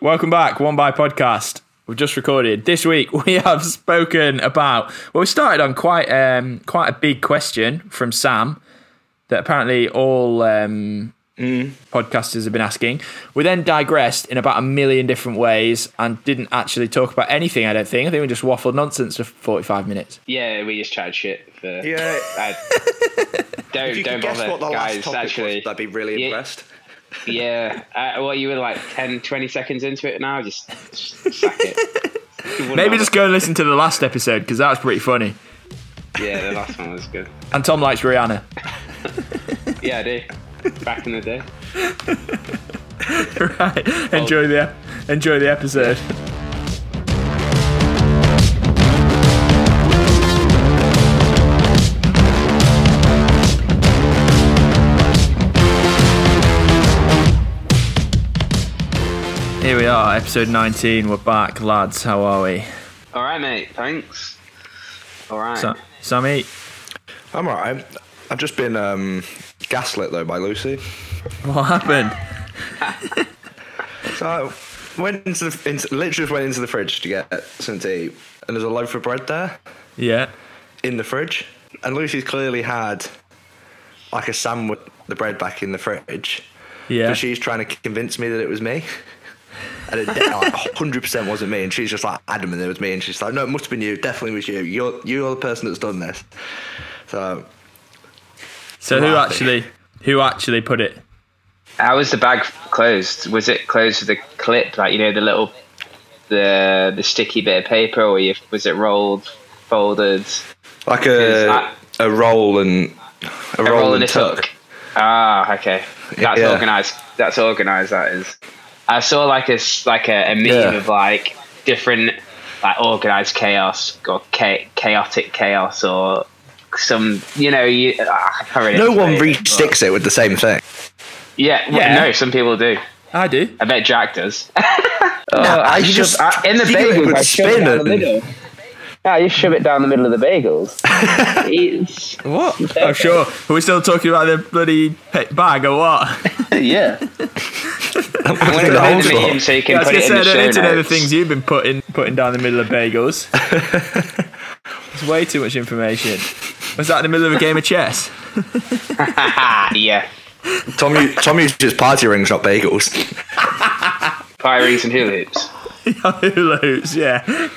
Welcome back, One By Podcast. We've just recorded this week. We have spoken about. Well, we started on quite um, quite a big question from Sam that apparently all um, podcasters have been asking. We then digressed in about a million different ways and didn't actually talk about anything. I don't think. I think we just waffled nonsense for forty five minutes. Yeah, we just chatted shit for. Yeah. I- If don't you don't could guess bother, what the last guys. topic Actually, was, I'd be really Yeah. impressed. yeah. Uh, well, you were like 10, 20 seconds into it now. Just, just sack it. You wouldn't Maybe have- just go and listen to the last episode because that was pretty funny. Yeah, the last one was good. And Tom likes Rihanna. Yeah, I do. Back in the day. right. Enjoy the ep- enjoy the episode. Here we are, episode 19. We're back, lads. How are we? All right, mate. Thanks. All right. Sa- Sammy? I'm alright. I've just been um, gaslit though by Lucy. What happened? So I went into the into, literally just went into the fridge to get some tea, and there's a loaf of bread there Yeah. in the fridge, and Lucy's clearly had like a sandwich the bread back in the fridge. Yeah. But she's trying to convince me that it was me. And it hundred percent wasn't me, and she's just like adamant it was me, and she's like, "No, it must have been you. Definitely was you. You're you're the person that's done this." So so who laughing. actually who actually put it? How was the bag closed? Was it closed with a clip, like you know the little, the the sticky bit of paper, or you, was it rolled, folded, like Is a that- a roll and a, a roll, and a tuck. Ah, okay, that's Yeah. organized. That's organized. That is. I saw like a s- like a, a meme Yeah. of like different like organized chaos or cha- chaotic chaos or some you know you ah, I can't really No one explain it, but- resticks it with the same thing. Yeah, well, Yeah. no, some people do. I do. I bet Jack does. oh, I shove- just I- in the feel it bagels. would I shove it spin down it the and- middle. Yeah, I just shove it down the middle of the bagels. it's, What? Oh, sure. Are we still talking about the bloody pet bag or what? yeah. I'm Look gonna at the go whole to the lot. meeting so you can Yeah, I was put gonna say it in the I don't show need to know the notes. things you've been putting putting down the middle of bagels. It's way too much information. Was that in the middle of a game of chess? Ah, yeah. Tom, u- Tom uses party rings, not bagels. Pie rings and hula hoops. Hula hoops, yeah.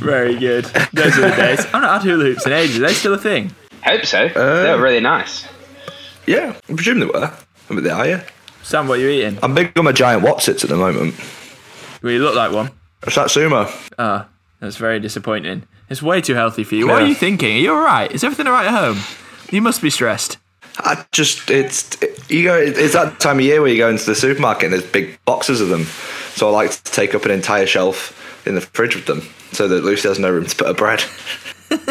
Very good. Those are the days. I've not had hula hoops in ages. Are they still a thing? Hope so. Uh, They're really nice. Yeah, I presume they were. But they are, yeah. Sam, what are you eating? I'm big on my giant Watsits at the moment. Well, you look like one. Satsuma. Ah, that's very disappointing. It's way too healthy for you. What are Yeah. you thinking? Are you all right? Is everything all right at home? You must be stressed. I just it's it, you go. It's that time of year where you go into the supermarket and there's big boxes of them. So I like to take up an entire shelf in the fridge with them, so that Lucy has no room to put her bread.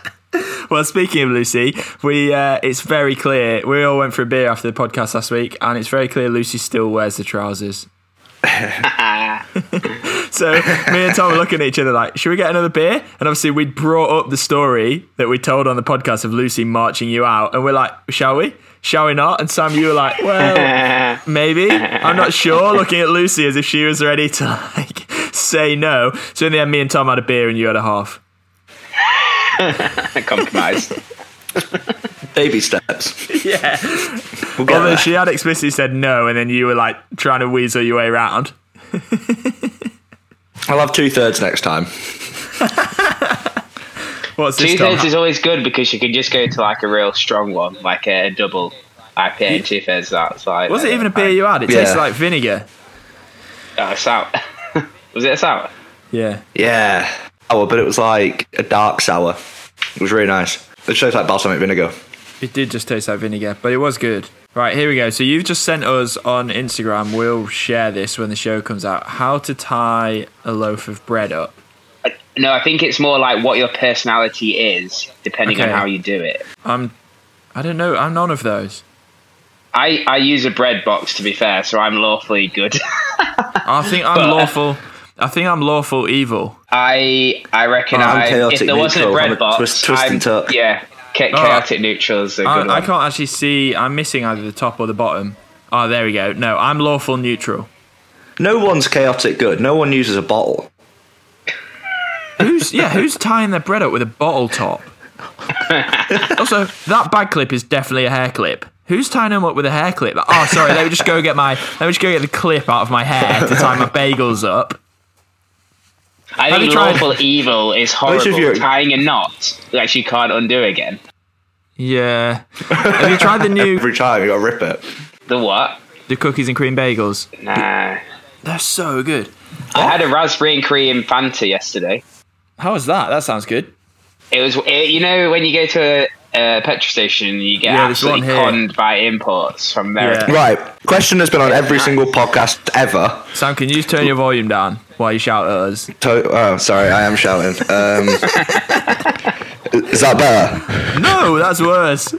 Well, speaking of Lucy, we uh, it's very clear we all went for a beer after the podcast last week, and it's very clear Lucy still wears the trousers. so me and Tom were looking at each other like, should we get another beer? And obviously we'd brought up the story that we told on the podcast of Lucy marching you out, and we're like, shall we? Shall we not? And Sam, you were like, well, maybe. I'm not sure. Looking at Lucy as if she was ready to like say no. So in the end, me and Tom had a beer, and you had a half. Compromised. Baby steps. Yeah. We'll get Although there. she had explicitly said no, and then you were like trying to weasel your way around. I'll have two thirds next time. What's Two this thirds Tom? is always good because you can just go to like a real strong one, like a, a double IPA and two thirds that's like Was it even a beer you had? It tasted Yeah. like vinegar. Oh, sour. was it a sour? Yeah. Yeah. Oh, but it was like a dark sour. It was really nice. It tastes like balsamic vinegar. It did just taste like vinegar, but it was good. Right, here we go. So you've just sent us on Instagram, we'll share this when the show comes out, how to tie a loaf of bread up. No, I think it's more like what your personality is, depending Okay. on how you do it. I'm I don't know, I'm none of those. I, I use a bread box to be fair, so I'm lawfully good. I think I'm uh, lawful I think I'm lawful evil. I I reckon Oh, I'm I if chaotic there wasn't a neutral. bread I'm a box, twist- twist I'm, and tuck. yeah, cha- chaotic neutral's a good I, one. I Ah, can't actually see I'm missing either the top or the bottom. Oh there we go. No, I'm lawful neutral. No one's chaotic good. No one uses a bottle. Who's yeah? Who's tying their bread up with a bottle top? also, that bag clip is definitely a hair clip. Who's tying them up with a hair clip? Oh, sorry. Let me just go get my. Let me just go get the clip out of my hair to tie my bagels up. I Have you think tried- lawful evil is Which of horrible. you- Tying a knot that you can't undo again. Yeah. Have you tried the new Every time you got to rip it. The what? the cookies and cream bagels? Nah. I They're so good. had a raspberry and cream Fanta yesterday. How was that? That sounds good. It was it, you know when you go to a, a petrol station, you get Yeah, there's absolutely one here. conned by imports from America. Yeah. Right. Question that's been on every single podcast ever. Sam, can you just turn your volume down while you shout at us? To- oh, sorry, I am shouting. Um, is that better? No, that's worse.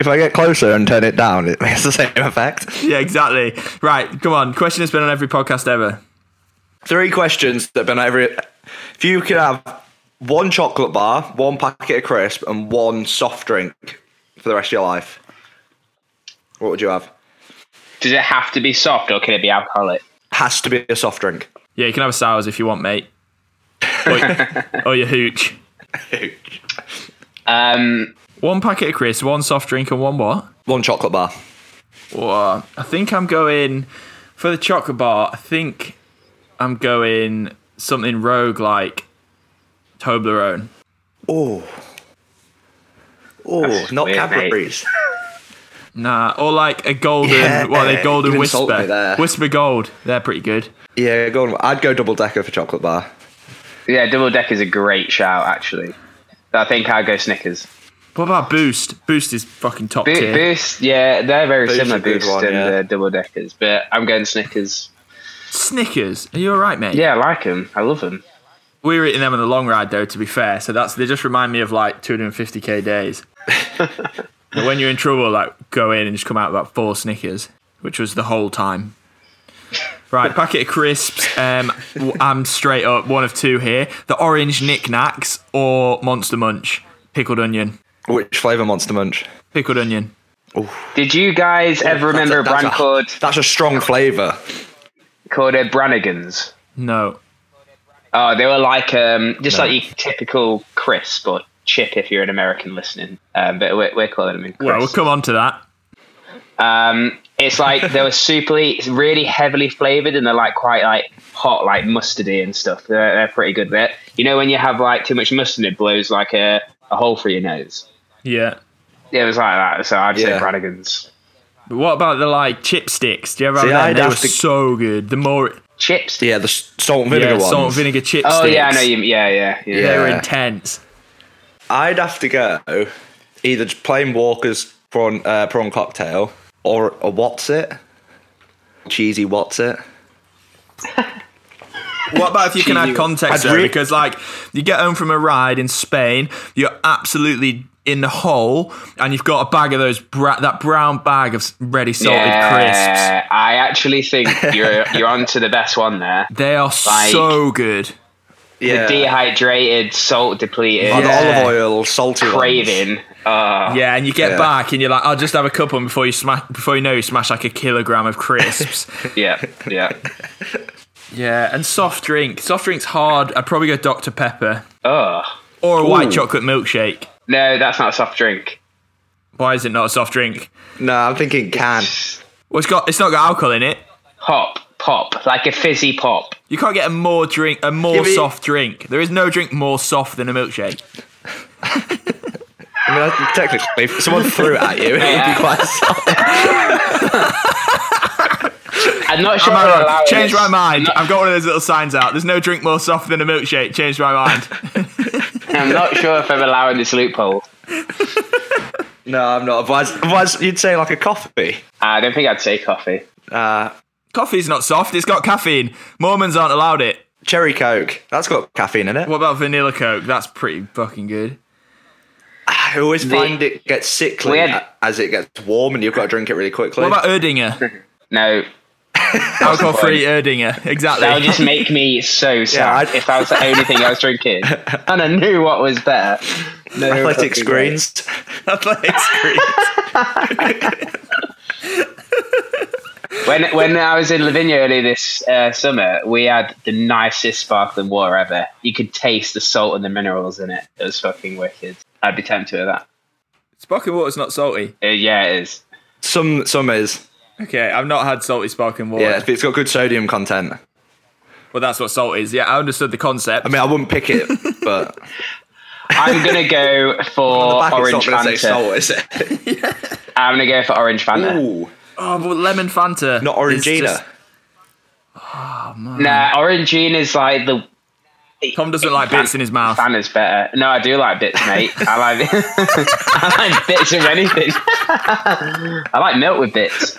If I get closer and turn it down, it makes the same effect. Yeah, exactly. Right, come on. Question has been on every podcast ever. three questions that have been every. If you could have one chocolate bar, one packet of crisp, and one soft drink for the rest of your life, what would you have? Does it have to be soft or can it be alcoholic? Has to be a soft drink. Yeah, you can have a sours if you want, mate. Or, or your hooch. Um, One packet of crisps, one soft drink, and one what? One chocolate bar. Whoa. I think I'm going for the chocolate bar. I think I'm going something rogue like Toblerone. Oh. Oh, That's not weird, Cadbury's. Nah, or like a golden. Yeah, uh, what are they? Golden you've whisper. insulted me there. Whisper gold. They're pretty good. Yeah, go on. I'd go double decker for chocolate bar. yeah, double deck is a great shout actually. I think I'd go Snickers. What about Boost? Boost is fucking top Bo- tier. Boost, yeah, they're very Boost similar. is a good Boost one, and yeah. uh, double deckers, but I'm going Snickers. Snickers. Are you all right, mate? Yeah, I like them. I love them. We were eating them on the long ride, though. To be fair, so that's they just remind me of like 250k days. But when you're in trouble, like go in and just come out with about four Snickers, which was the whole time. Right, packet of crisps. Um, w- I'm straight up one of two here: the orange knickknacks or Monster Munch, pickled onion, Which flavour Monster Munch? pickled onion. Did you guys ever remember a That's brand called That's a strong flavour. called uh, Brannigan's? No, Oh, they were like um, just like your typical crisp or chip if you're an American listening, um, but we're, we're calling them in Well, we'll crisp. come on to that. um, it's like they were super, it's really heavily flavored, and they're like quite like hot, like mustardy and stuff. They're, they're pretty good. There, you know, when you have like too much mustard, it blows like a, a hole through your nose. Yeah. It was like that, so I'd Yeah. say Brannigan's But what about the like chipsticks? Do you ever See, have them? I'd They have were to- so good. The more chips. Yeah, the s- salt and vinegar yeah, ones. salt and vinegar chipsticks. Oh yeah, I know you. Yeah, yeah, yeah. They were Yeah. intense. I'd have to go either just plain Walker's prawn uh, prawn cocktail or a what's it cheesy what's it. What about if you can add context I'd though? re- Because like you get home from a ride in Spain, you're absolutely in the hole, and you've got a bag of those bra- that brown bag of s- ready salted crisps. I actually think you're you're onto the best one there. They are so good. Yeah, Dehydrated, salt depleted, Oh, the Yeah. olive oil salty ones. craving. Uh, Yeah, and you get oh, Yeah. back and you're like, I'll just have a couple and before you smash before you know you smash like a kilogram of crisps. yeah, yeah. yeah, and soft drink. Soft drink's hard. I'd probably go Dr. Pepper. Oh Or a white Ooh. chocolate milkshake. no, that's not a soft drink. Why is it not a soft drink? No, I'm thinking can. Well, it's got it's not got alcohol in it. Pop, pop, like a fizzy pop. You can't get a more drink a more Yeah, but- soft drink. There is no drink more soft than a milkshake. I mean, I- technically, if someone threw it at you, it would be quite soft. I'm not sure. Am I I'd wrong? allow Change it. my mind. I've got one of those little signs out. There's no drink more soft than a milkshake. Change my mind. I'm not sure if I'm allowing this loophole. No, I'm not. Otherwise, otherwise you'd say like a coffee. I don't think I'd say coffee. Uh, Coffee's not soft. It's got caffeine. Mormons aren't allowed it. cherry Coke. That's got caffeine in it. What about vanilla Coke? That's pretty fucking good. I always find it gets sickly Weird. a- as it gets warm and you've got to drink it really quickly. What about Erdinger? No, Alcohol free Erdinger. Exactly. that would just make me so sad I'd- if that was the only thing I was drinking, and I knew what was better. No fucking athletic way. screens? Athletic screens. when when I was in Lavinia earlier this uh, summer, we had the nicest sparkling water ever. You could taste the salt and the minerals in it. It was fucking wicked. I'd be tempted with that. Sparkling water's not salty. Uh, yeah, it is. Some some is. Okay, I've not had salty sparkling water. Yeah, it's got good sodium content. Well, that's what salt is. Yeah, I understood the concept. I mean, I wouldn't pick it, but I'm gonna go for back it's orange not going to say Fanta. salt, is it? I'm gonna go for orange Fanta. Ooh, oh, but lemon Fanta. not is Orangina. just- Nah, orangina is like the Tom doesn't like bits in his mouth. Fan is better. No, I do like bits, mate. I like I like bits of anything. I like milk with bits.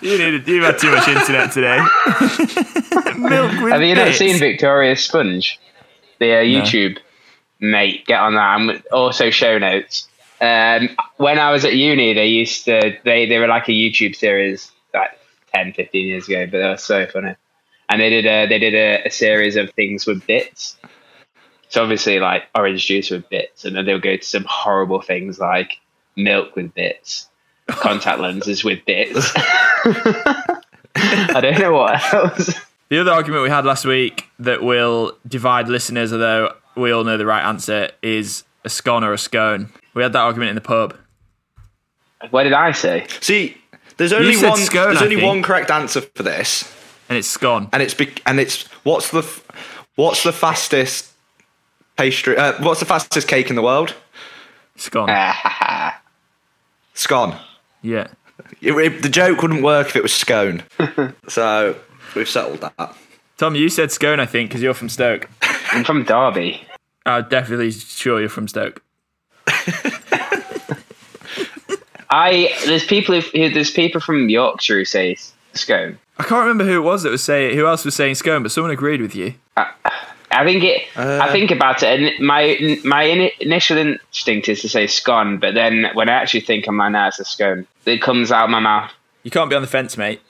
You need, you've had too much internet today. Milk with Have you not bits. seen Victoria Sponge? The uh, YouTube, mate. Get on that. I'm also show notes. Um, when I was at uni, they used to they they were like a YouTube series like 10, 15 years ago, but they were so funny. And they did a, they did a, a series of things with bits. So obviously, like orange juice with bits, and then they'll go to some horrible things like milk with bits, contact lenses with bits. I don't know what else. The other argument we had last week that will divide listeners, although we all know the right answer, is a scone or a scone. We had that argument in the pub. What did I say? See, there's only said one. scone, there's I only think. one correct answer for this, And it's scone. and it's be- and it's what's the f- what's the fastest pastry? Uh, what's the fastest cake in the world? Scone. Ah. Scone. Yeah. It- it- the joke wouldn't work if it was scone. so we've settled that. Tom, you said scone, I think, because you're from Stoke. I'm from Derby. I'm definitely sure you're from Stoke. I there's people who there's people from Yorkshire who say scone. I can't remember who it was that was saying who else was saying scone, but someone agreed with you. I think it. I Uh. think about it, and my my in, initial instinct is to say scone, but then when I actually think, I'm like, nah, it's a scone. It comes out of my mouth. You can't be on the fence, mate.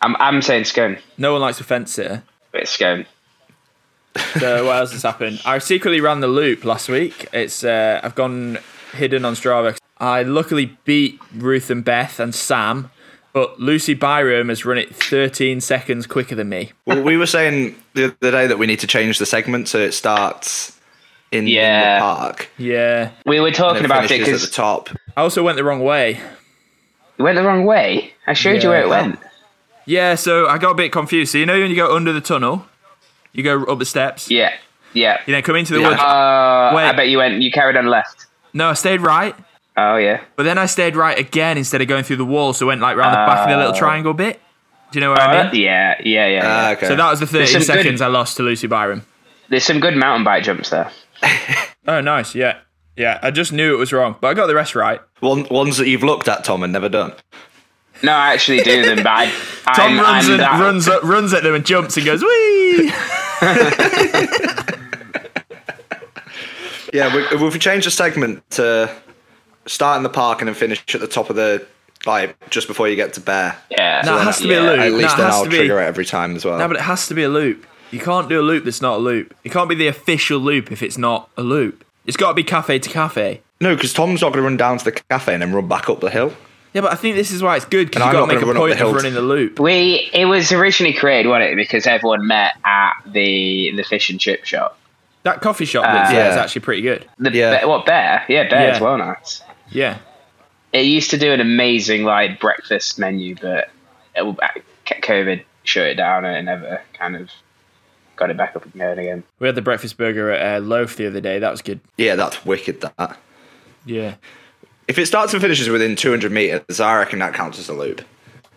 I'm I'm saying scone, No one likes a fence sitter. but it's scone. So what else has happened? I secretly ran the loop last week. It's uh, I've gone hidden on Strava. I luckily beat Ruth and Beth and Sam, but Lucy Byram has run it 13 seconds quicker than me. Well, we were saying the other day that we need to change the segment so it starts in Yeah. the park. Yeah. We were talking and it about it finishes at because the top. I also went the wrong way. it went the wrong way. I showed you where Yeah. it went. Yeah, so I got a bit confused. So you know when you go under the tunnel, you go up the steps. Yeah, yeah. You then come into the Yeah. woods. Uh, Wait. I bet you went. You carried on left. No, I stayed right, Oh yeah. but then I stayed right again instead of going through the wall. So I went like round the back of the little triangle bit. Do you know what I mean? Uh, yeah, yeah, yeah. yeah. Ah, okay. So that was the 13 some good- seconds I lost to Lucy Byram. There's some good mountain bike jumps there. Oh, nice. Yeah. Yeah. I just knew it was wrong, but I got the rest right. One, ones that you've looked at, Tom, and never done. No, I actually do them, but I, Tom I'm, runs, I'm and, that- runs, up, runs at them and jumps and goes, wee. Yeah, we, if we change the segment to start in the park and then finish at the top of the like just before you get to bear. Yeah. No, it has to be a loop. At No, least it then has I'll to be. trigger it every time as well. No, but it has to be a loop. You can't do a loop that's not a loop. It can't be the official loop if it's not a loop. It's got to be cafe to cafe. no, because Tom's not going to run down to the cafe and then run back up the hill. Yeah, but I think this is why it's good because And you've I'm got not to make gonna a run point up the of hill. running the loop. We it was originally created, wasn't it? Because everyone met at the the fish and chip shop. That coffee shop that's Uh, there is Ah. Yeah. actually pretty good. The Yeah. Bear- what bear? Yeah, bear Yeah. is well nice. Yeah. It used to do an amazing like breakfast menu, but it, will- COVID shut it down and it never kind of got it back up and going again. We had the breakfast burger at uh, Loaf the other day. That was good. Yeah, that's wicked. That Yeah. if it starts and finishes within 200 meters, I reckon that counts as a loop.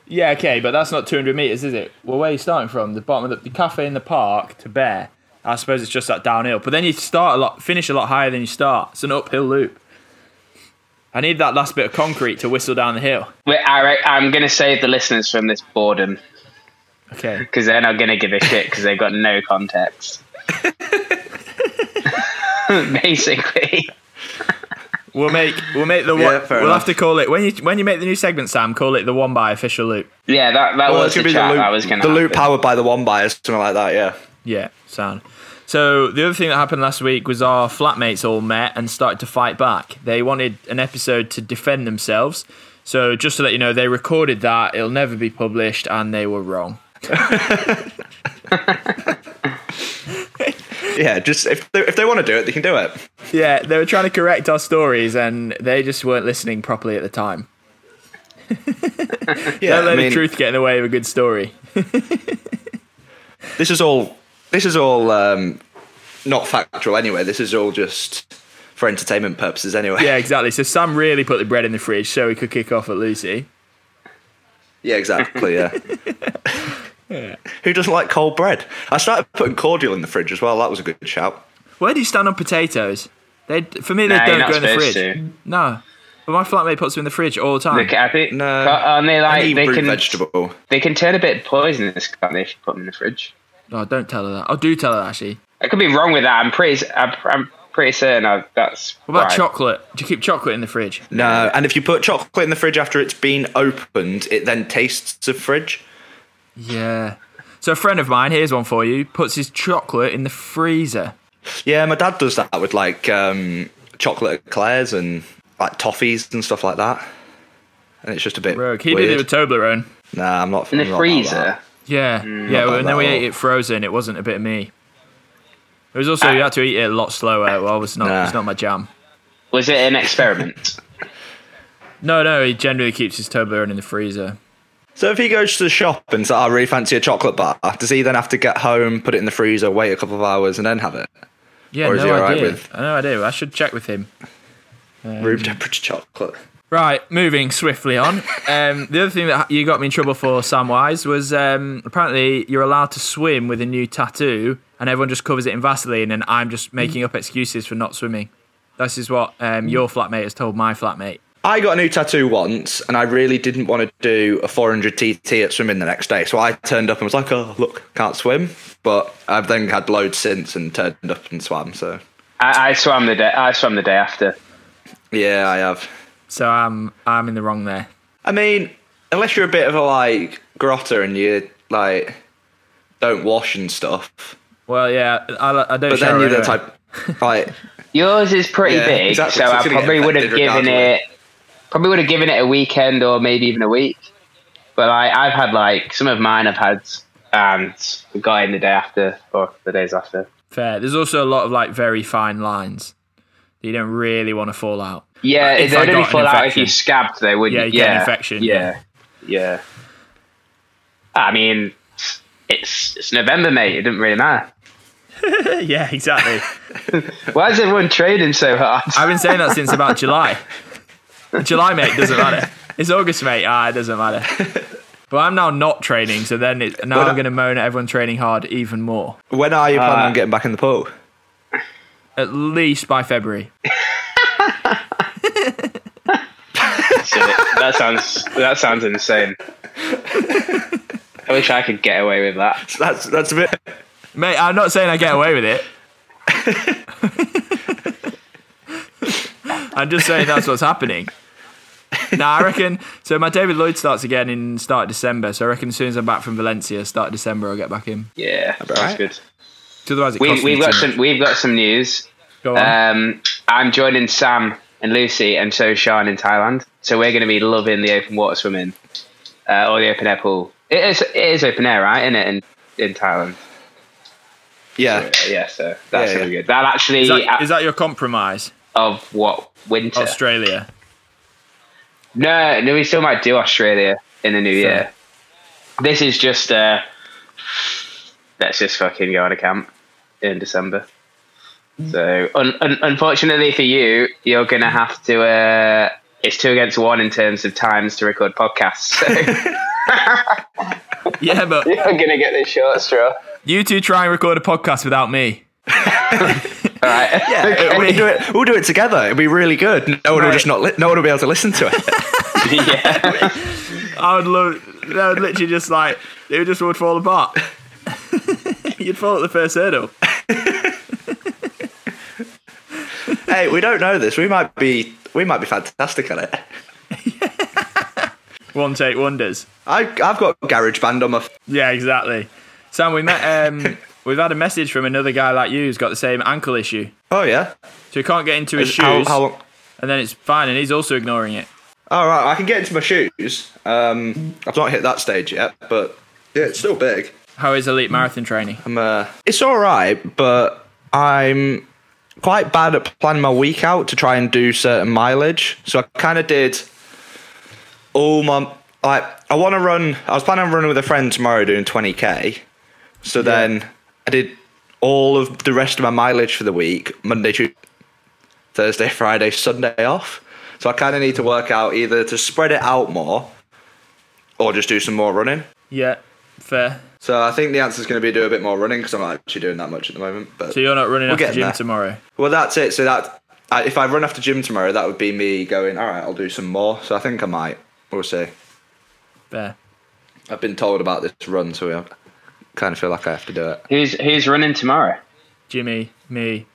Yeah, okay, but that's not 200 metres, is it? Well, where are you starting from? The bottom of the, the cafe in the park to Bear. I suppose it's just that downhill. But then you start a lot, finish a lot higher than you start. It's an uphill loop. I need that last bit of concrete to whistle down the hill. Wait, I, re- I'm gonna save the listeners from this boredom Okay. because they're not gonna give a shit because they've got no context. Basically. We'll make we'll make the one, Yeah, fair we'll have enough. to call it when you when you make the new segment, Sam. Call it the one by official loop. Yeah, that, that Well, was it's the gonna be chat I the was loop, gonna the loop happen. powered by the one by or something like that. Yeah, Yeah, sound. So the other thing that happened last week was our flatmates all met and started to fight back. They wanted an episode to defend themselves, So just to let you know, they recorded that. It'll never be published, and they were wrong. Yeah, just if they, if they want to do it, they can do it. Yeah, they were trying to correct our stories, and they just weren't listening properly at the time. Yeah, Don't let the I mean, truth get in the way of a good story. this is all this is all um, not factual anyway. This is all just for entertainment purposes anyway. Yeah, exactly. So Sam really put the bread in the fridge so he could kick off at Lucy. Yeah, exactly. Yeah. Who doesn't like cold bread? I started putting cordial in the fridge as well. That was a good shout. Where do you stand on potatoes? They for me they Nah, don't you're not go in the fridge. supposed to. No, but my flatmate puts them in the fridge all the time. Look, I think No, and they like Any they root can vegetable. they can turn a bit poisonous, can't they? If you put them in the fridge, Oh, don't tell her that. I do tell her actually. I could be wrong with that. I'm pretty I'm, I'm pretty certain I, that's What about right. chocolate? Do you keep chocolate in the fridge? No, and if you put chocolate in the fridge after it's been opened, it then tastes of fridge. Yeah. So a friend of mine, here's one for you, puts his chocolate in the freezer. Yeah, my dad does that with like um, chocolate eclairs and like toffees and stuff like that. And it's just a bit. Rogue. He weird. did it with Toblerone. Nah, I'm not. in I'm the not about freezer. that. Yeah. yeah, Mm, Not well, bad and then at we ate all. it frozen. It wasn't a bit of me. It was also, you had to eat it a lot slower. Well, it's not, Nah. it's not my jam. Was it an experiment? No, no, he generally keeps his Toblerone in the freezer. So if he goes to the shop and says, "Oh, "I really fancy a chocolate bar," does he then have to get home, put it in the freezer, wait a couple of hours, and then have it? Yeah, Or is no he all right idea. with- No idea. I should check with him. Room temperature chocolate. Right, moving swiftly on. Um, the other thing that you got me in trouble for, Samwise, was um, apparently you're allowed to swim with a new tattoo, and everyone just covers it in Vaseline, and I'm just making up excuses for not swimming. This is what um, your flatmate has told my flatmate. I got a new tattoo once, and I really didn't want to do a 400 TT at swimming the next day. So I turned up and was like, "Oh, look, can't swim." But I've then had loads since and turned up and swam. So I, I swam the day. I swam the day after. yeah, I have. So I'm I'm in the wrong there. I mean, unless you're a bit of a like grotter and you like don't wash and stuff, Well, yeah, I, I don't. but then shower you're the anyway. type like Yours is pretty Yeah, big, exactly, so so I it's gonna get probably would have affected given regardless. it. Probably would have given it a weekend or maybe even a week. But I, I've had like some of mine. I've had and got in the day after or the days after. Fair. There's also a lot of like very fine lines that you don't really want to fall out. Yeah, If it I would got only an fall out if infection. you scabbed, though, wouldn't Yeah, you? you get an infection, Yeah, yeah. I mean, it's it's November, mate. It didn't really matter. yeah, exactly. Why is everyone trading so hard? I've been saying that since about July. July, mate, doesn't matter. It's August, mate. Ah, it doesn't matter. But I'm now not training, so then it, now Well, I'm going to moan at everyone training hard even more. When are you planning Uh, on getting back in the pool? At least by February. So that sounds that sounds insane. I wish I could get away with that. That's that's a bit. Mate, I'm not saying I get away with it. I'm just saying that's what's happening. Now I reckon. So my David Lloyd starts again in start of December. So I reckon as soon as I'm back from Valencia, start of December, I'll get back in. Yeah, that's right. good. 'Cause Otherwise, it We, costs me we've got too some much. we've got some news. Go on. Um, I'm joining Sam and Lucy and so is Sean in Thailand. So we're going to be loving the open water swimming uh, or the open air pool. It is it is open air, right? In it in, in Thailand. Yeah, Yeah, so that's Yeah, really yeah. good. That actually is, that, is Oh, that your compromise, of what winter? Australia? No, no, we still might do Australia in the new year. This is just uh let's just fucking go on a camp in December. Mm. So un- un- unfortunately for you, you're gonna have to. Uh, it's two against one in terms of times to record podcasts. So Yeah, but I'm gonna get this short straw. you two try and record a podcast without me. All right. yeah. We'll do it. We'll do it together. It'll be really good. No one will Right. just not. Li- no one will be able to listen to it. yeah. I would love. That would literally just like it would just would fall apart. You'd fall at the first hurdle. hey, we don't know this. We might be. We might be fantastic at it. One take wonders. I, I've got garage band on my. F- Yeah, exactly. Sam, we met. Um, we've had a message from another guy like you who's got the same ankle issue, oh yeah. so he can't get into his How, shoes, how long? and then it's fine, and he's also ignoring it. All right, I can get into my shoes. Um, I've not hit that stage yet, but yeah, it's still big. How is elite marathon training? I'm, uh, it's all right, but I'm quite bad at planning my week out to try and do certain mileage. So I kind of did all my like I want to run. I was planning on running with a friend tomorrow doing 20k. So then I did all of the rest of my mileage for the week: Monday, Tuesday, Thursday, Friday, Sunday off. So I kind of need to work out either to spread it out more or just do some more running. Yeah, fair. So I think the answer is going to be do a bit more running because I'm not actually doing that much at the moment. But So you're not running after getting gym there. tomorrow. well, that's it. So that I, if I run after gym tomorrow, that would be me going. All right, I'll do some more. So I think I might. We'll see. Fair. I've been told about this run, so I kind of feel like I have to do it. Who's who's running tomorrow? Jimmy, me,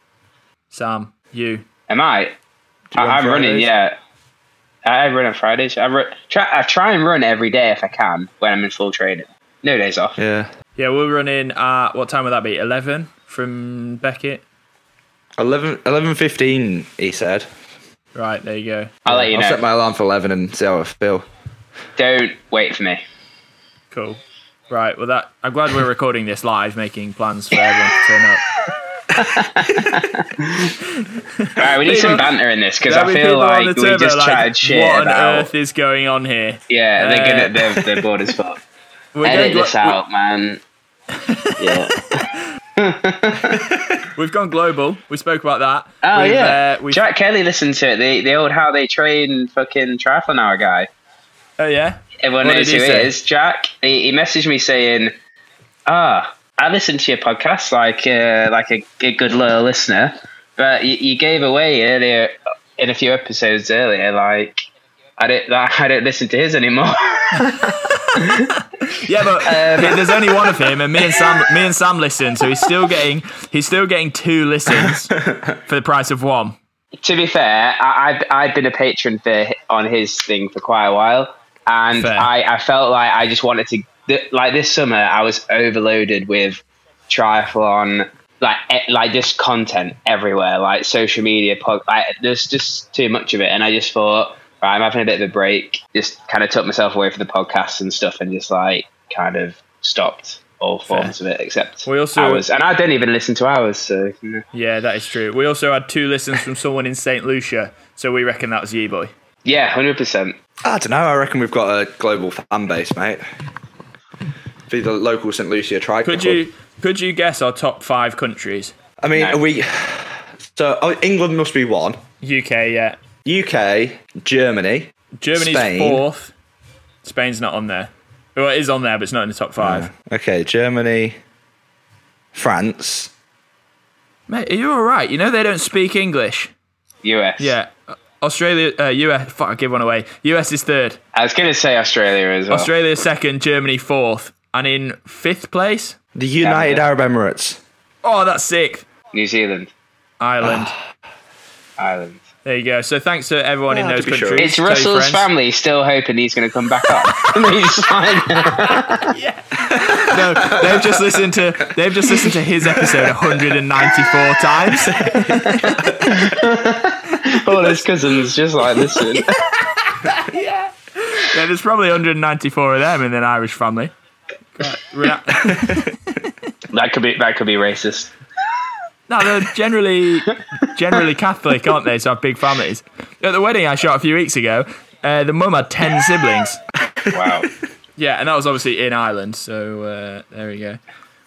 Sam, you. Am I? you run I I'm running. Fridays? Yeah, I run on Fridays. I run, try I try and run every day if I can when I'm in full training. No days off. Yeah, Yeah, we're running at what time would that be? Eleven from Beckett. 11, 11.15, He said. Right there you go. I'll let you I'll know. set my alarm for eleven and see how I feel. Don't wait for me. Cool. Right. Well, that I'm glad we're recording this live, making plans for everyone to turn up. All right, we need some People- banter in this because There'll I be feel people on like we the turbo just like, chatted shit What on about. earth is going on here? Yeah, Uh, they're gonna they're, they're bored as fuck. We're Edit glo- this out, man. Yeah. We, have gone global. We spoke about that. Oh We've, yeah. uh, we've- Jack Kelly listened to it. The the old how they train fucking triathlon hour guy. oh yeah. Everyone What knows did who he it is. say? Jack. He, he messaged me saying, "Ah, I listened to your podcast like uh, like a, a good loyal listener, but you, you gave away earlier in a few episodes earlier like." I don't, I don't listen to his anymore. Yeah, but Um, th- there's only one of him, and me and Sam, me and Sam listen, so he's still getting he's still getting two listens for the price of one. to be fair, I, I've, I've been a patron for on his thing for quite a while, and Fair. I, I felt like I just wanted to th- like this summer I was overloaded with triathlon like e- like just content everywhere like social media pod, like, there's just too much of it and I just thought right I'm having a bit of a break just kind of took myself away from the podcasts and stuff and just like kind of stopped all forms of it except We also- hours and I don't even listen to hours so you know. Yeah, that is true. We also had two listens from someone in Saint Lucia, so we reckon that was you, boy. yeah 100% I don't know. I reckon we've got a global fan base, mate. Be the local St Lucia tribe. Could you could you guess our top five countries? I mean, No. we. So oh, England must be one. UK, yeah. UK, Germany, Germany's Spain. fourth. Spain's not on there. Well, it is on there, but it's not in the top five. Okay, Germany, France. Mate, are you all right? You know they don't speak English. US Yeah. Australia, uh, US. Fuck, I give one away. US is third. I was gonna say Australia as well. Australia is second. Germany fourth. And in fifth place. The United Canada. Arab Emirates. Oh, that's sick. New Zealand, Ireland. Ireland. there you go. So thanks to everyone in Ah, to those be sure. countries. It's Tell your Russell's friends. family still hoping he's gonna come back up. He's like- No, they've just listened to they've just listened to his episode 194 times. all his cousins just like listen. Yeah, there's probably 194 of them in an Irish family. Right, we're- That could be that could be racist. No, they're generally generally Catholic, aren't they? So have big families. At the wedding I shot a few weeks ago, uh, the mum had ten siblings. Wow. Yeah, and that was obviously in Ireland. So uh, there we go.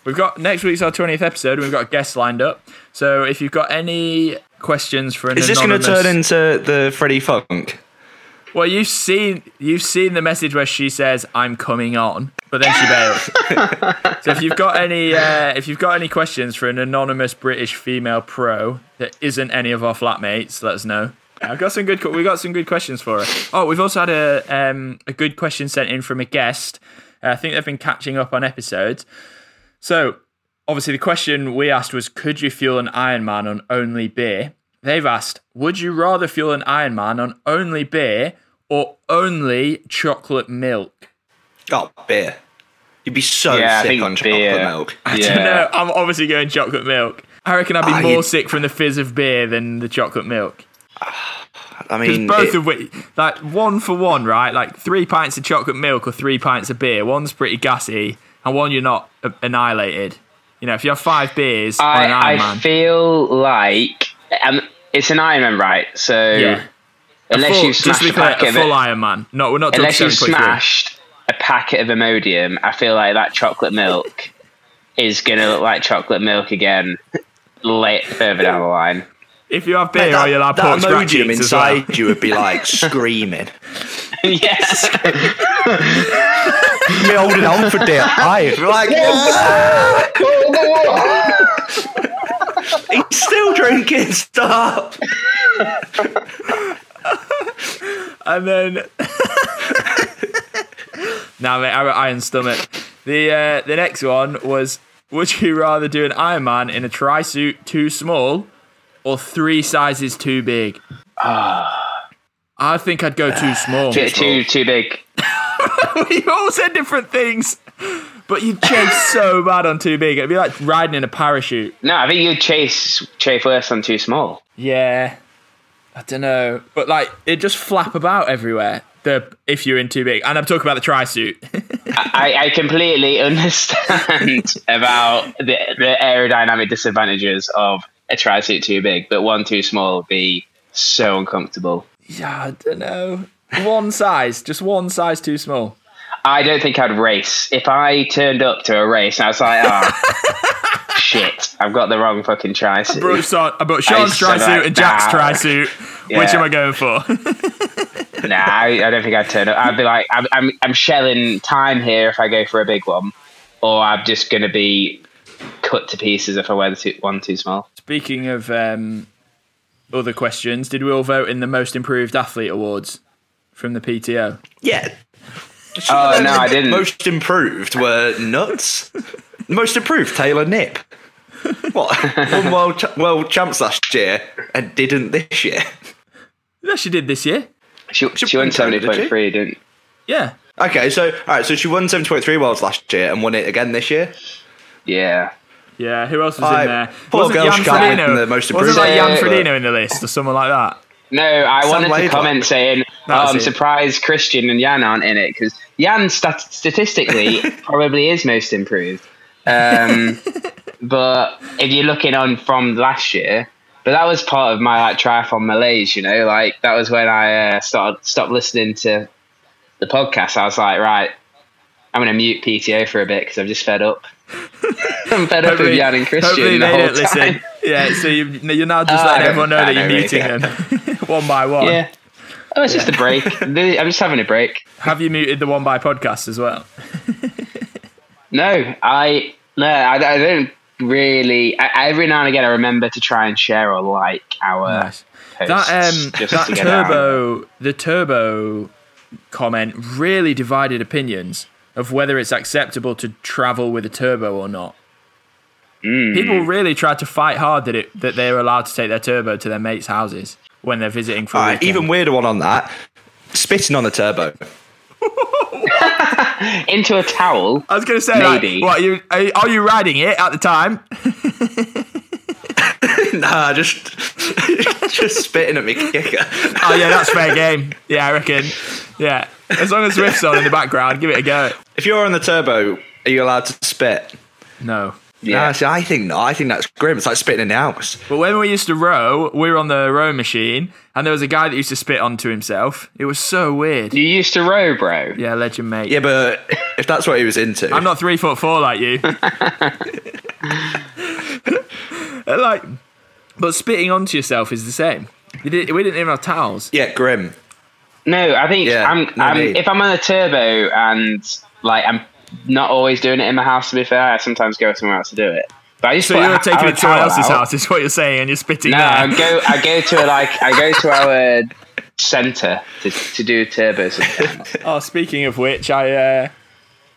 We've got next week's our twentieth episode, and we've got guests lined up. So if you've got any questions for an Is this going to anonymous, turn into the Freddie Funk? well, you've seen you've seen the message where she says I'm coming on, but then she bails. so if you've got any uh, if you've got any questions for an anonymous British female pro that isn't any of our flatmates, let us know. I've got some good we got some good questions for her. Oh, we've also had a um, a good question sent in from a guest. Uh, I think they've been catching up on episodes. So obviously the question we asked was could you fuel an Iron Man on only beer? They've asked, would you rather fuel an Iron Man on only beer or only chocolate milk? Oh, beer. You'd be so Yeah, I sick think on chocolate beer. milk. No, Yeah. I'm obviously going chocolate milk. I reckon I'd be Ah, more you- sick from the fizz of beer than the chocolate milk. I Because mean, both it- of which, like one for one, right? Like three pints of chocolate milk or three pints of beer. One's pretty gassy, and one you're not uh, annihilated. You know, if you have five beers on an I, I Ironman, feel like um, it's an Ironman, right? So yeah, unless full, you just smash to be a clear, packet a of full it, Ironman. No, we're not talking unless you 7.3. smashed a packet of Imodium, I feel like that chocolate milk is gonna look like chocolate milk again. Late further down the line, If you have beer, that, or you'll have that pork scratch Imodium cheeks as well. inside you would be like screaming. yes. You'd be holding on for dear life. You're like, "Ah!" he's still drinking. Stop. and then now nah, mate, I got iron stomach. The uh, the next one was: Would you rather do an Iron Man in a tri suit too small, or three sizes too big? Ah. I think I'd go too small. Too, too too big. you all said different things, but you'd change so bad on too big. It'd be like riding in a parachute. No, I think you'd chase chase worse than too small. Yeah, I don't know, but like it just flap about everywhere. The if you're in too big, and I'm talking about the tri suit. I, I completely understand about the, the aerodynamic disadvantages of a tri suit too big, but one too small would be so uncomfortable. Yeah, I don't know. One size, just one size too small. I don't think I'd race. If I turned up to a race and I was like, oh, shit, I've got the wrong fucking tri Bro, suit. so, I brought uh, Sean's I tri said suit that and Jack's now. tri suit. Which Yeah. am I going for? Nah, I, I don't think I'd turn up. I'd be like, I'm, I'm, I'm shelling time here if I go for a big one, or I'm just going to be cut to pieces if I wear the two, one too small. Speaking of um, other questions, did we all vote in the most improved athlete awards from the PTO? Yeah. Oh, no, I didn't. Most improved were nuts. Most improved Taylor Nip. What? Won world cha- world champs last year and didn't this year. That she did this year. She, she, won won seventy, did she? 70.3, didn't Yeah. Okay, so all right, so she won seven point three worlds last year and won it again this year. Yeah. Yeah, who else was Aye, in there? poor Wasn't girl Jan Scott in Frodeno? the most wasn't improved. like Jan Yeah, but- Frodeno in the list or someone like that? No, I wanted Laidlaw. to comment saying, oh, That's I'm it. surprised Christian and Jan aren't in it because Jan stat- statistically probably is most improved. Um, but if you're looking on from last year, but that was part of my like triathlon malaise, you know, like that was when I uh, started stopped listening to the podcast. I was like, right, I'm going to mute PTO for a bit because I'm just fed up. I'm fed up with Jan and hopefully Christian the they whole don't time. listen. Yeah, so you, you're now just Oh, letting I everyone don't- know that I you're don't really muting care. them one by one. Yeah. Oh, it's just a break. I'm just having a break. Have you muted the one by podcast as well? No, I no, I, I don't really. I, every now and again, I remember to try and share or like our Nice. posts. That um, just that to get out. turbo, the turbo comment really divided opinions of whether it's acceptable to travel with a turbo or not. Hmm. People really tried to fight hard that it that they're allowed to take their turbo to their mates' houses when they're visiting for a All Uh, right, weekend. even weirder one on that. Spitting on the turbo. into a towel. I was going to say, like, Maybe. what are you are, you- are you riding it at the time? Nah, just just spitting at me kicker. Oh yeah, that's fair game. Yeah, I reckon. Yeah, as long as riffs on in the background, give it a go. If you're on the turbo, are you allowed to spit? No. Yeah. Yeah. see, I think not. I think that's grim. It's like spitting in the house. But when we used to row, we were on the row machine, and there was a guy that used to spit onto himself. It was so weird. you used to row, bro. Yeah, legend mate. Yeah, but if that's what he was into, I'm not three foot four like you. like, but spitting onto yourself is the same. We didn't, we didn't even have towels. Yeah, grim. No, I think Yeah, I'm. no I'm need. if I'm on a turbo and like I'm not always doing it in my house. To be fair, I sometimes go somewhere else to do it. But I just So put you're a- taking our it to someone towel else's out. house, is what you're saying, and you're spitting No, there. I go. I go to like. I go to our center to, to do turbos. sometimes. Oh, speaking of which, I uh,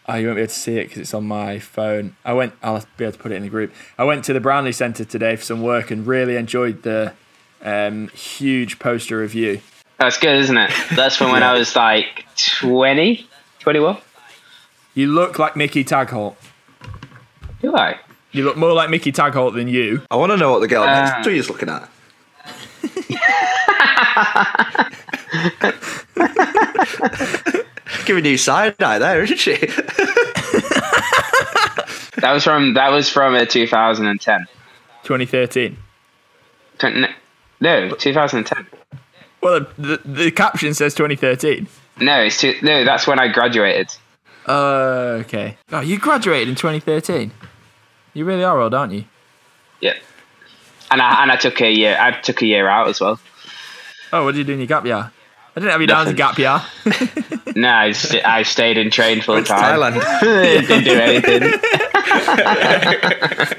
oh, you won't be able to see it because it's on my phone. I went. I'll be able to put it in the group. I went to the Brownlee Centre today for some work and really enjoyed the um, huge poster review. That's good, isn't it? That's from when I was like 20, 21. You look like Mickey Tagholt. Do I? You look more like Mickey Tagholt than you. Uh. I want to know what the girl Ah. next to you is looking at. Giving you side eye there, isn't she? That was from that was from uh, 2010. 2013. Twen- n- No, 2010. Well, the, the, the caption says 2013. No, it's two, no. That's when I graduated. Uh, okay. Oh, you graduated in 2013. You really are old, aren't you? Yeah. And I and I took a year. I took a year out as well. Oh, what did you do in your gap year? I didn't have you down as a gap year. No, I, st- I stayed in train full time. Thailand. Didn't do anything.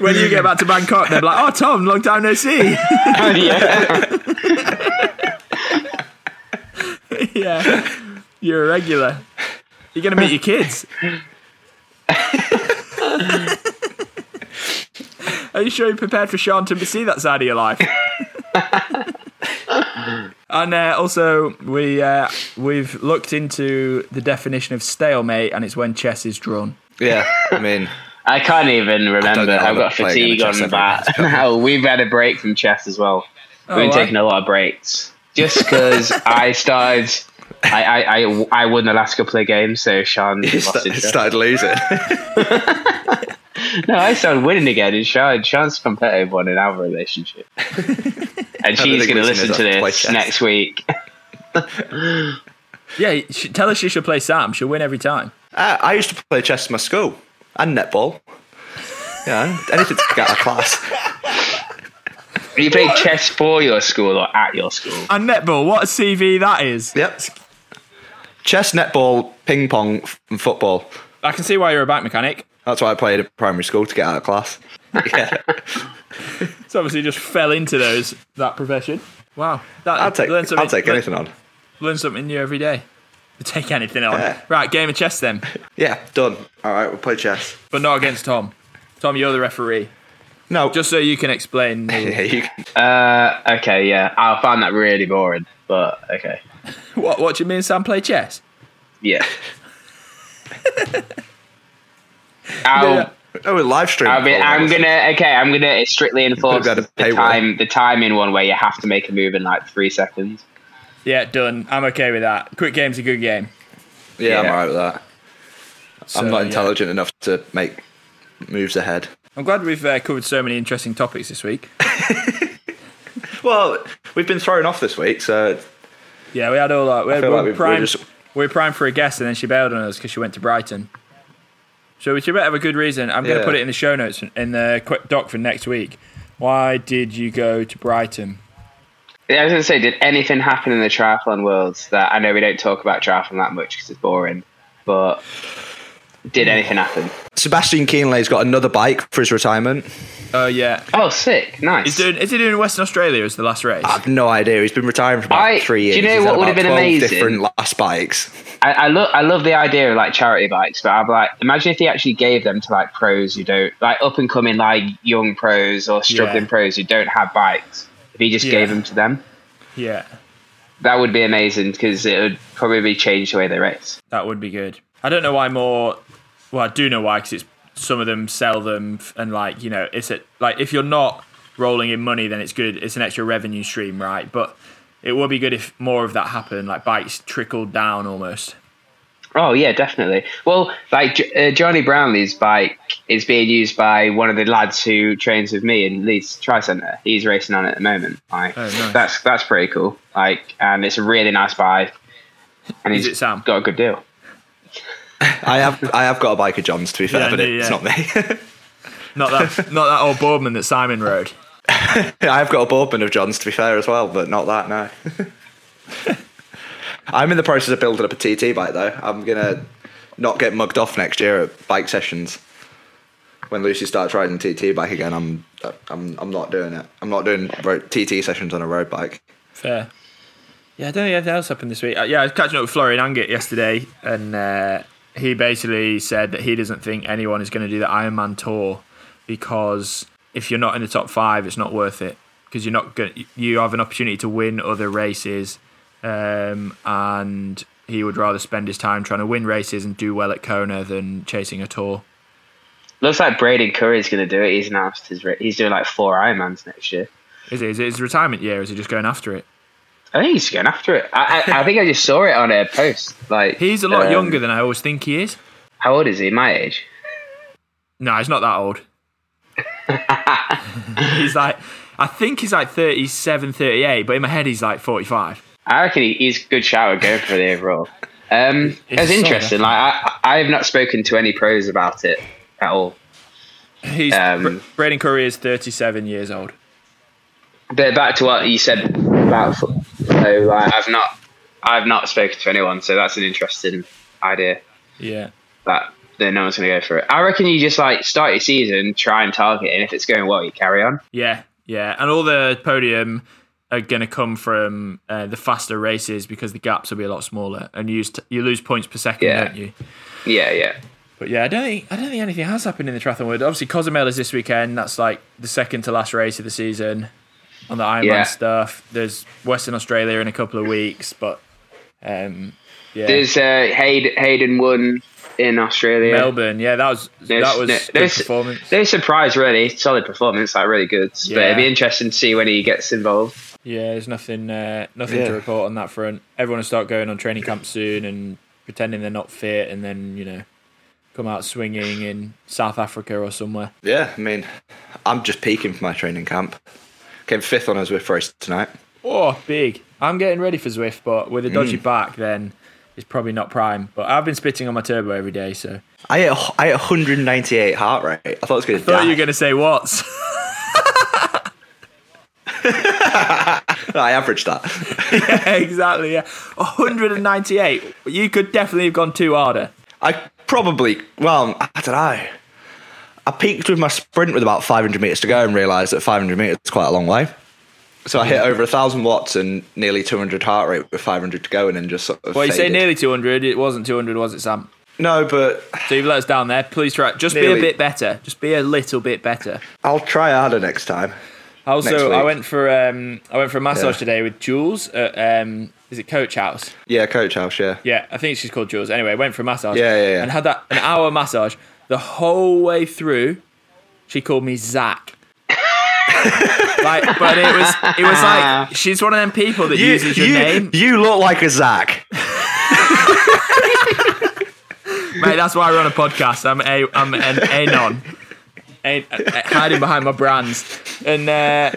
when you get back to Bangkok, they're like, "Oh, Tom, long time no see." yeah. yeah, you're a regular. You're gonna meet your kids. Are you sure you're prepared for Sean to see that side of your life? and uh, also, we uh, we've looked into the definition of stalemate, and it's when chess is drawn. Yeah, I mean, I can't even remember. know I've got about playing fatigue NHS on every that. day. oh, we've had a break from chess as well. We've been why? taking a lot of breaks just because I started. I, I, I, I won the last couple of games, so Sean he lost sta- he interest. started losing. No, I started winning again, and Sean, Sean's a competitive one in our relationship. and she's think going to losing listen is to up to play this chess. next week. Yeah, sh- tell her she should play Sam. She'll win every time. I, I used to play chess in my school and netball. Yeah, anything to get out of class. You played chess for your school or at your school? And netball, what a CV that is. Yep. Chess, netball, ping pong, f- and football. I can see why you're a bike mechanic. That's why I played at primary school to get out of class. Yeah. It's obviously just fell into those that profession. Wow, that, I'll take, learn something- I'll take learn- anything on. Learn something new every day. Take anything on. Yeah. Right, game of chess then, Yeah, done. All right, we'll play chess. but not against Tom. Tom, you're the referee. No. Just so you can explain. Yeah, you can- Uh, okay, yeah. I found that really boring, but okay. what? What do you mean, Sam? Play chess? Yeah. I'll, Yeah. Oh, we live stream. I mean, Oh, I'm that's- gonna okay. I'm gonna strictly enforce got a the paywall. time, the time in one where you have to make a move in like three seconds. Yeah, done. I'm okay with that. Quick game's a good game. Yeah, I'm yeah. alright with that. So, I'm not yeah. intelligent enough to make moves ahead. I'm glad we've uh, covered so many interesting topics this week. Well, we've been thrown off this week, so Yeah, we had all that. We had, feel we like were we've- we're primed, just- we were primed for a guest, and then she bailed on us because she went to Brighton. So we should have a good reason. I'm going to Yeah. put it in the show notes in the quick doc for next week. Why did you go to Brighton? Yeah, I was gonna say, did anything happen in the triathlon world that I know we don't talk about triathlon that much because it's boring, but did anything happen? Sebastian Keenley's got another bike for his retirement. Oh yeah, Oh, sick, nice. he's doing. Is he doing Western Australia as the last race? I've no idea. He's been retiring for about I- three do you years. know He's had what would have about been 12 amazing? Different last bikes. I, I love I love the idea of like charity bikes, but I'm like, imagine if he actually gave them to like pros who don't like up and coming like young pros or struggling Yeah. pros who don't have bikes. If he just Yeah. gave them to them, yeah, that would be amazing because it would probably change the way they race. that would be good. I don't know why more. Well, I do know why because it's some of them sell them f- and like you know it's a, like if you're not rolling in money then it's good. It's an extra revenue stream, right? But it would be good if more of that happened, like bikes trickled down almost. Oh yeah, definitely. Well, like J- uh, Johnny Brownlee's bike is being used by one of the lads who trains with me in Leeds Tri Centre. He's racing on it at the moment. Like Oh, nice. that's that's pretty cool. Like, and it's a really nice bike. And Is he's it Sam? got a good deal. I have I have got a bike of John's to be fair, Yeah, I but knew, yeah. it's not me. Not that, not that old Boardman that Simon rode. I've got a Boardman of John's to be fair as well, but not that. No. I'm in the process of building up a TT bike though. I'm gonna not get mugged off next year at bike sessions. When Lucy starts riding TT bike again, I'm I'm I'm not doing it. I'm not doing road, TT sessions on a road bike. Fair. Yeah, I don't think anything else happened this week. Uh, yeah, I was catching up with Florian Angett yesterday, and uh, he basically said that he doesn't think anyone is going to do the Ironman tour because if you're not in the top five, it's not worth it because you're not going. You have an opportunity to win other races, um, and he would rather spend his time trying to win races and do well at Kona than chasing a tour. Looks like Braden Curry's going to do it. He's announced his ra- he's doing like four Ironmans next year. Is it? Is it his retirement year? Is he just going after it? I think he's going after it. I, I, I think I just saw it on a post. Like He's a lot um, younger than I always think he is. How old is he? My age. No, he's not that old. he's like, I think he's like 37, 38, but in my head he's like 45. I reckon he, he's a good shout at going for the overall. Um, it It's was so interesting. Like I, I have not spoken to any pros about it at all. He's Um, Br- Braden Curry is 37 years old. But back to what you said about football. So like, I've not, I've not spoken to anyone. So that's an interesting idea Yeah. that that no one's going to go for it. I reckon you just like start your season, try and target, it, and if it's going well, you carry on. Yeah, yeah, and all the podium are going to come from uh, the faster races because the gaps will be a lot smaller, and you use you lose points per second, Yeah. don't you? Yeah, yeah. But yeah, I don't think I don't think anything has happened in the triathlon world. Obviously, Cozumel is this weekend. That's like the second to last race of the season on the Ironman Yeah. stuff. There's Western Australia in a couple of weeks, but um, yeah, There's uh, Hayden, Hayden won in Australia. Melbourne. Yeah, that was There's- that was there- good there's- performance. They surprised really solid performance, like really good. But Yeah. it'd be interesting to see when he gets involved. Yeah, there's nothing uh, nothing Yeah. to report on that front. Everyone will start going on training camp soon and pretending they're not fit, and then you know come out swinging in South Africa or somewhere. Yeah, I mean, I'm just peaking for my training camp. Came fifth on a Zwift race tonight. Oh, big! I'm getting ready for Zwift, but with a dodgy back, then it's probably not prime. But I've been spitting on my turbo every day, so I hit, a- I hit 198 heart rate. I thought it was going to thought die. you were gonna say Watts. No, I averaged that. exactly. Yeah, 198. You could definitely have gone two harder. I probably, well, I don't know. I peaked with my sprint with about 500 metres to go and realised that 500 metres is quite a long way. So I hit over 1,000 watts and nearly 200 heart rate with 500 to go and then just sort of. Well, you say faded. nearly 200. It wasn't 200, was it, Sam? No, but So you've let us down there. Please try. Just be Nearly. a bit better. Just be a little bit better. I'll try harder next time. Next Also, week. I went for um, I went for a massage Yeah. today with Jules at um, is it Coach House? Yeah, Coach House, yeah. Yeah, I think she's called Jules. Anyway, went for a massage. Yeah, yeah, yeah. And had that an hour massage. The whole way through, she called me Zach. like, but it was it was like she's one of them people that uses your you, name, you look like a Zach. mate. That's why we're on a podcast. I'm a I'm an anon. A- a- hiding behind my brands, and uh,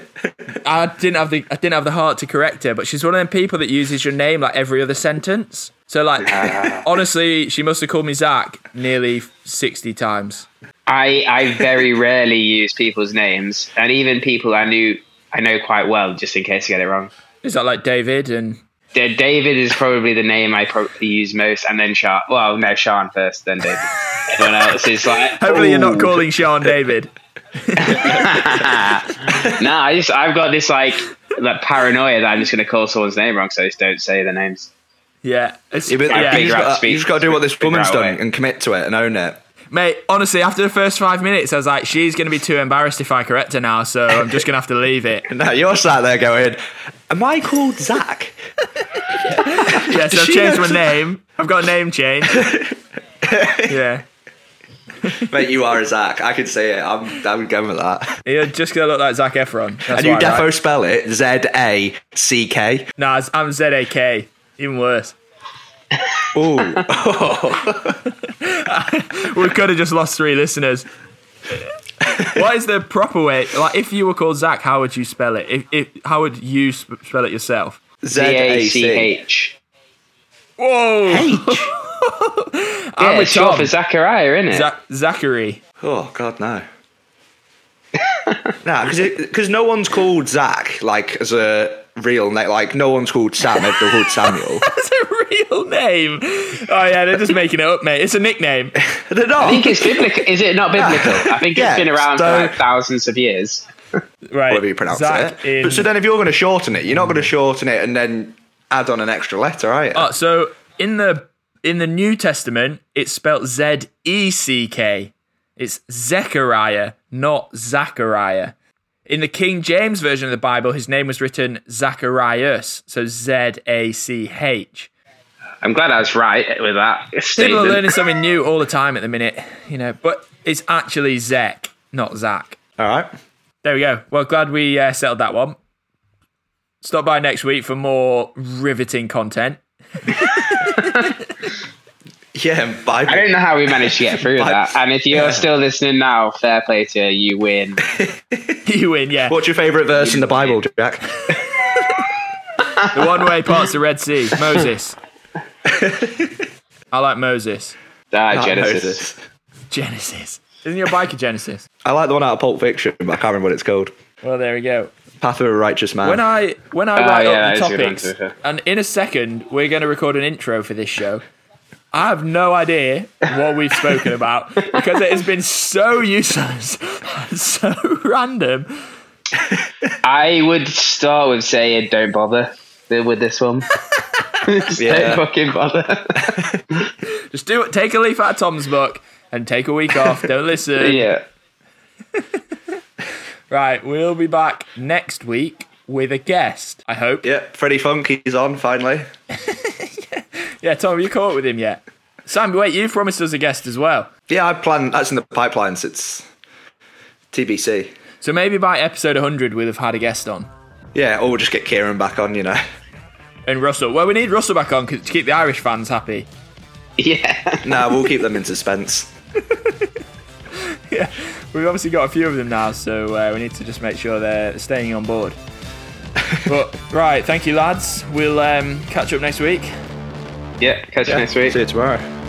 I didn't have the I didn't have the heart to correct her. But she's one of them people that uses your name like every other sentence. So like, Ah. honestly, she must have called me Zach nearly sixty times. I I very rarely use people's names, and even people I knew I know quite well, just in case I get it wrong. Is that like David and Da- David is probably the name I probably use most, and then Sean. Well, no, Sean first, then David. Everyone else is like, Hopefully you're "Ooh." not calling Sean David. No, I just I've got this like that paranoia that I'm just going to call someone's name wrong, so I just don't say the names. Yeah, it's, Yeah, but yeah. you, figure just out gotta, speak- you just got to do what this figure woman's out a done way. and commit to it and own it. mate. Honestly, after the first five minutes, I was like, she's gonna be too embarrassed if I correct her now, so I'm just gonna have to leave it. And now you're sat there going, "Am I called Zach?" Yeah, so I've She changed my knows- name. I've got a name change. yeah. Mate, you are a Zach. I can see it. I'm, I'm going with that. You're just gonna look like Zach Efron. That's and you why, right? defo spell it Z A C K. Nah, it's- I'm Z A K. Even worse. Ooh, We could have just lost three listeners. what is the proper way? Like, if you were called Zach, how would you spell it? If, if how would you sp- spell it yourself? Z Z A A C C H. Whoa, Yeah, with it's short Tom. for Zachariah, isn't it? Za- Zachary. Oh God, no. nah, because no one's called Zach like as a real name. Like no one's called Sam. They're called Samuel. That's a real name. Oh yeah, they're just making it up, mate. It's a nickname. They're I think not. it's biblical. Is it not biblical? I think Yeah, it's been around so- for like thousands of years. Right. Whatever you pronounce Zach it. in- But so then, if you're going to shorten it, you're not going to shorten it and then add on an extra letter, are Oh. you? Uh, so in the in the New Testament, it's spelt Z E C K. It's Zechariah, not Zachariah. In the King James version of the Bible, his name was written Zacharias, so Z A C H. I'm glad I was right with that People are statement. learning something new all the time at the minute, you know. But it's actually Zech, not Zach. All right. There we go. Well, glad we uh, settled that one. Stop by next week for more riveting content. Yeah, and buy I don't know how we managed to get through But- that. And if you're still listening now, fair play to you. You win. you win, yeah. What's your favourite verse in the Bible, Jack? The one way parts the Red Sea. Moses. I like Moses. Ah, Not Genesis. Moses. Genesis. Isn't your bike a Genesis? I like the one out of Pulp Fiction, but I can't remember what it's called. Well, there we go. Path of a Righteous Man. When I when I Ah, write yeah, up that is a the good topics, answer, yeah. and in a second we're going to record an intro for this show. I have no idea what we've spoken about because it has been so useless, and so random. I would start with saying, "Don't bother with this one." Just Yeah. Don't fucking bother. Just do it. Take a leaf out of Tom's book and take a week off. Don't listen. yeah. Right, we'll be back next week with a guest. I hope. yeah, Freddie Funk, he's on finally. Yeah, Tom, have you caught up with him yet? Sam, wait, you promised us a guest as well. Yeah, I plan. That's in the pipelines. It's TBC. So maybe by episode 100 we'll have had a guest on. Yeah, or we'll just get Kieran back on. You know. And Russell. Well, we need Russell back on 'cause- to keep the Irish fans happy. Yeah. No, we'll keep them in suspense. We've obviously got a few of them now, so uh, we need to just make sure they're staying on board. but, right, thank you, lads. We'll um, catch up next week. Yeah. Catch you next week. See you tomorrow.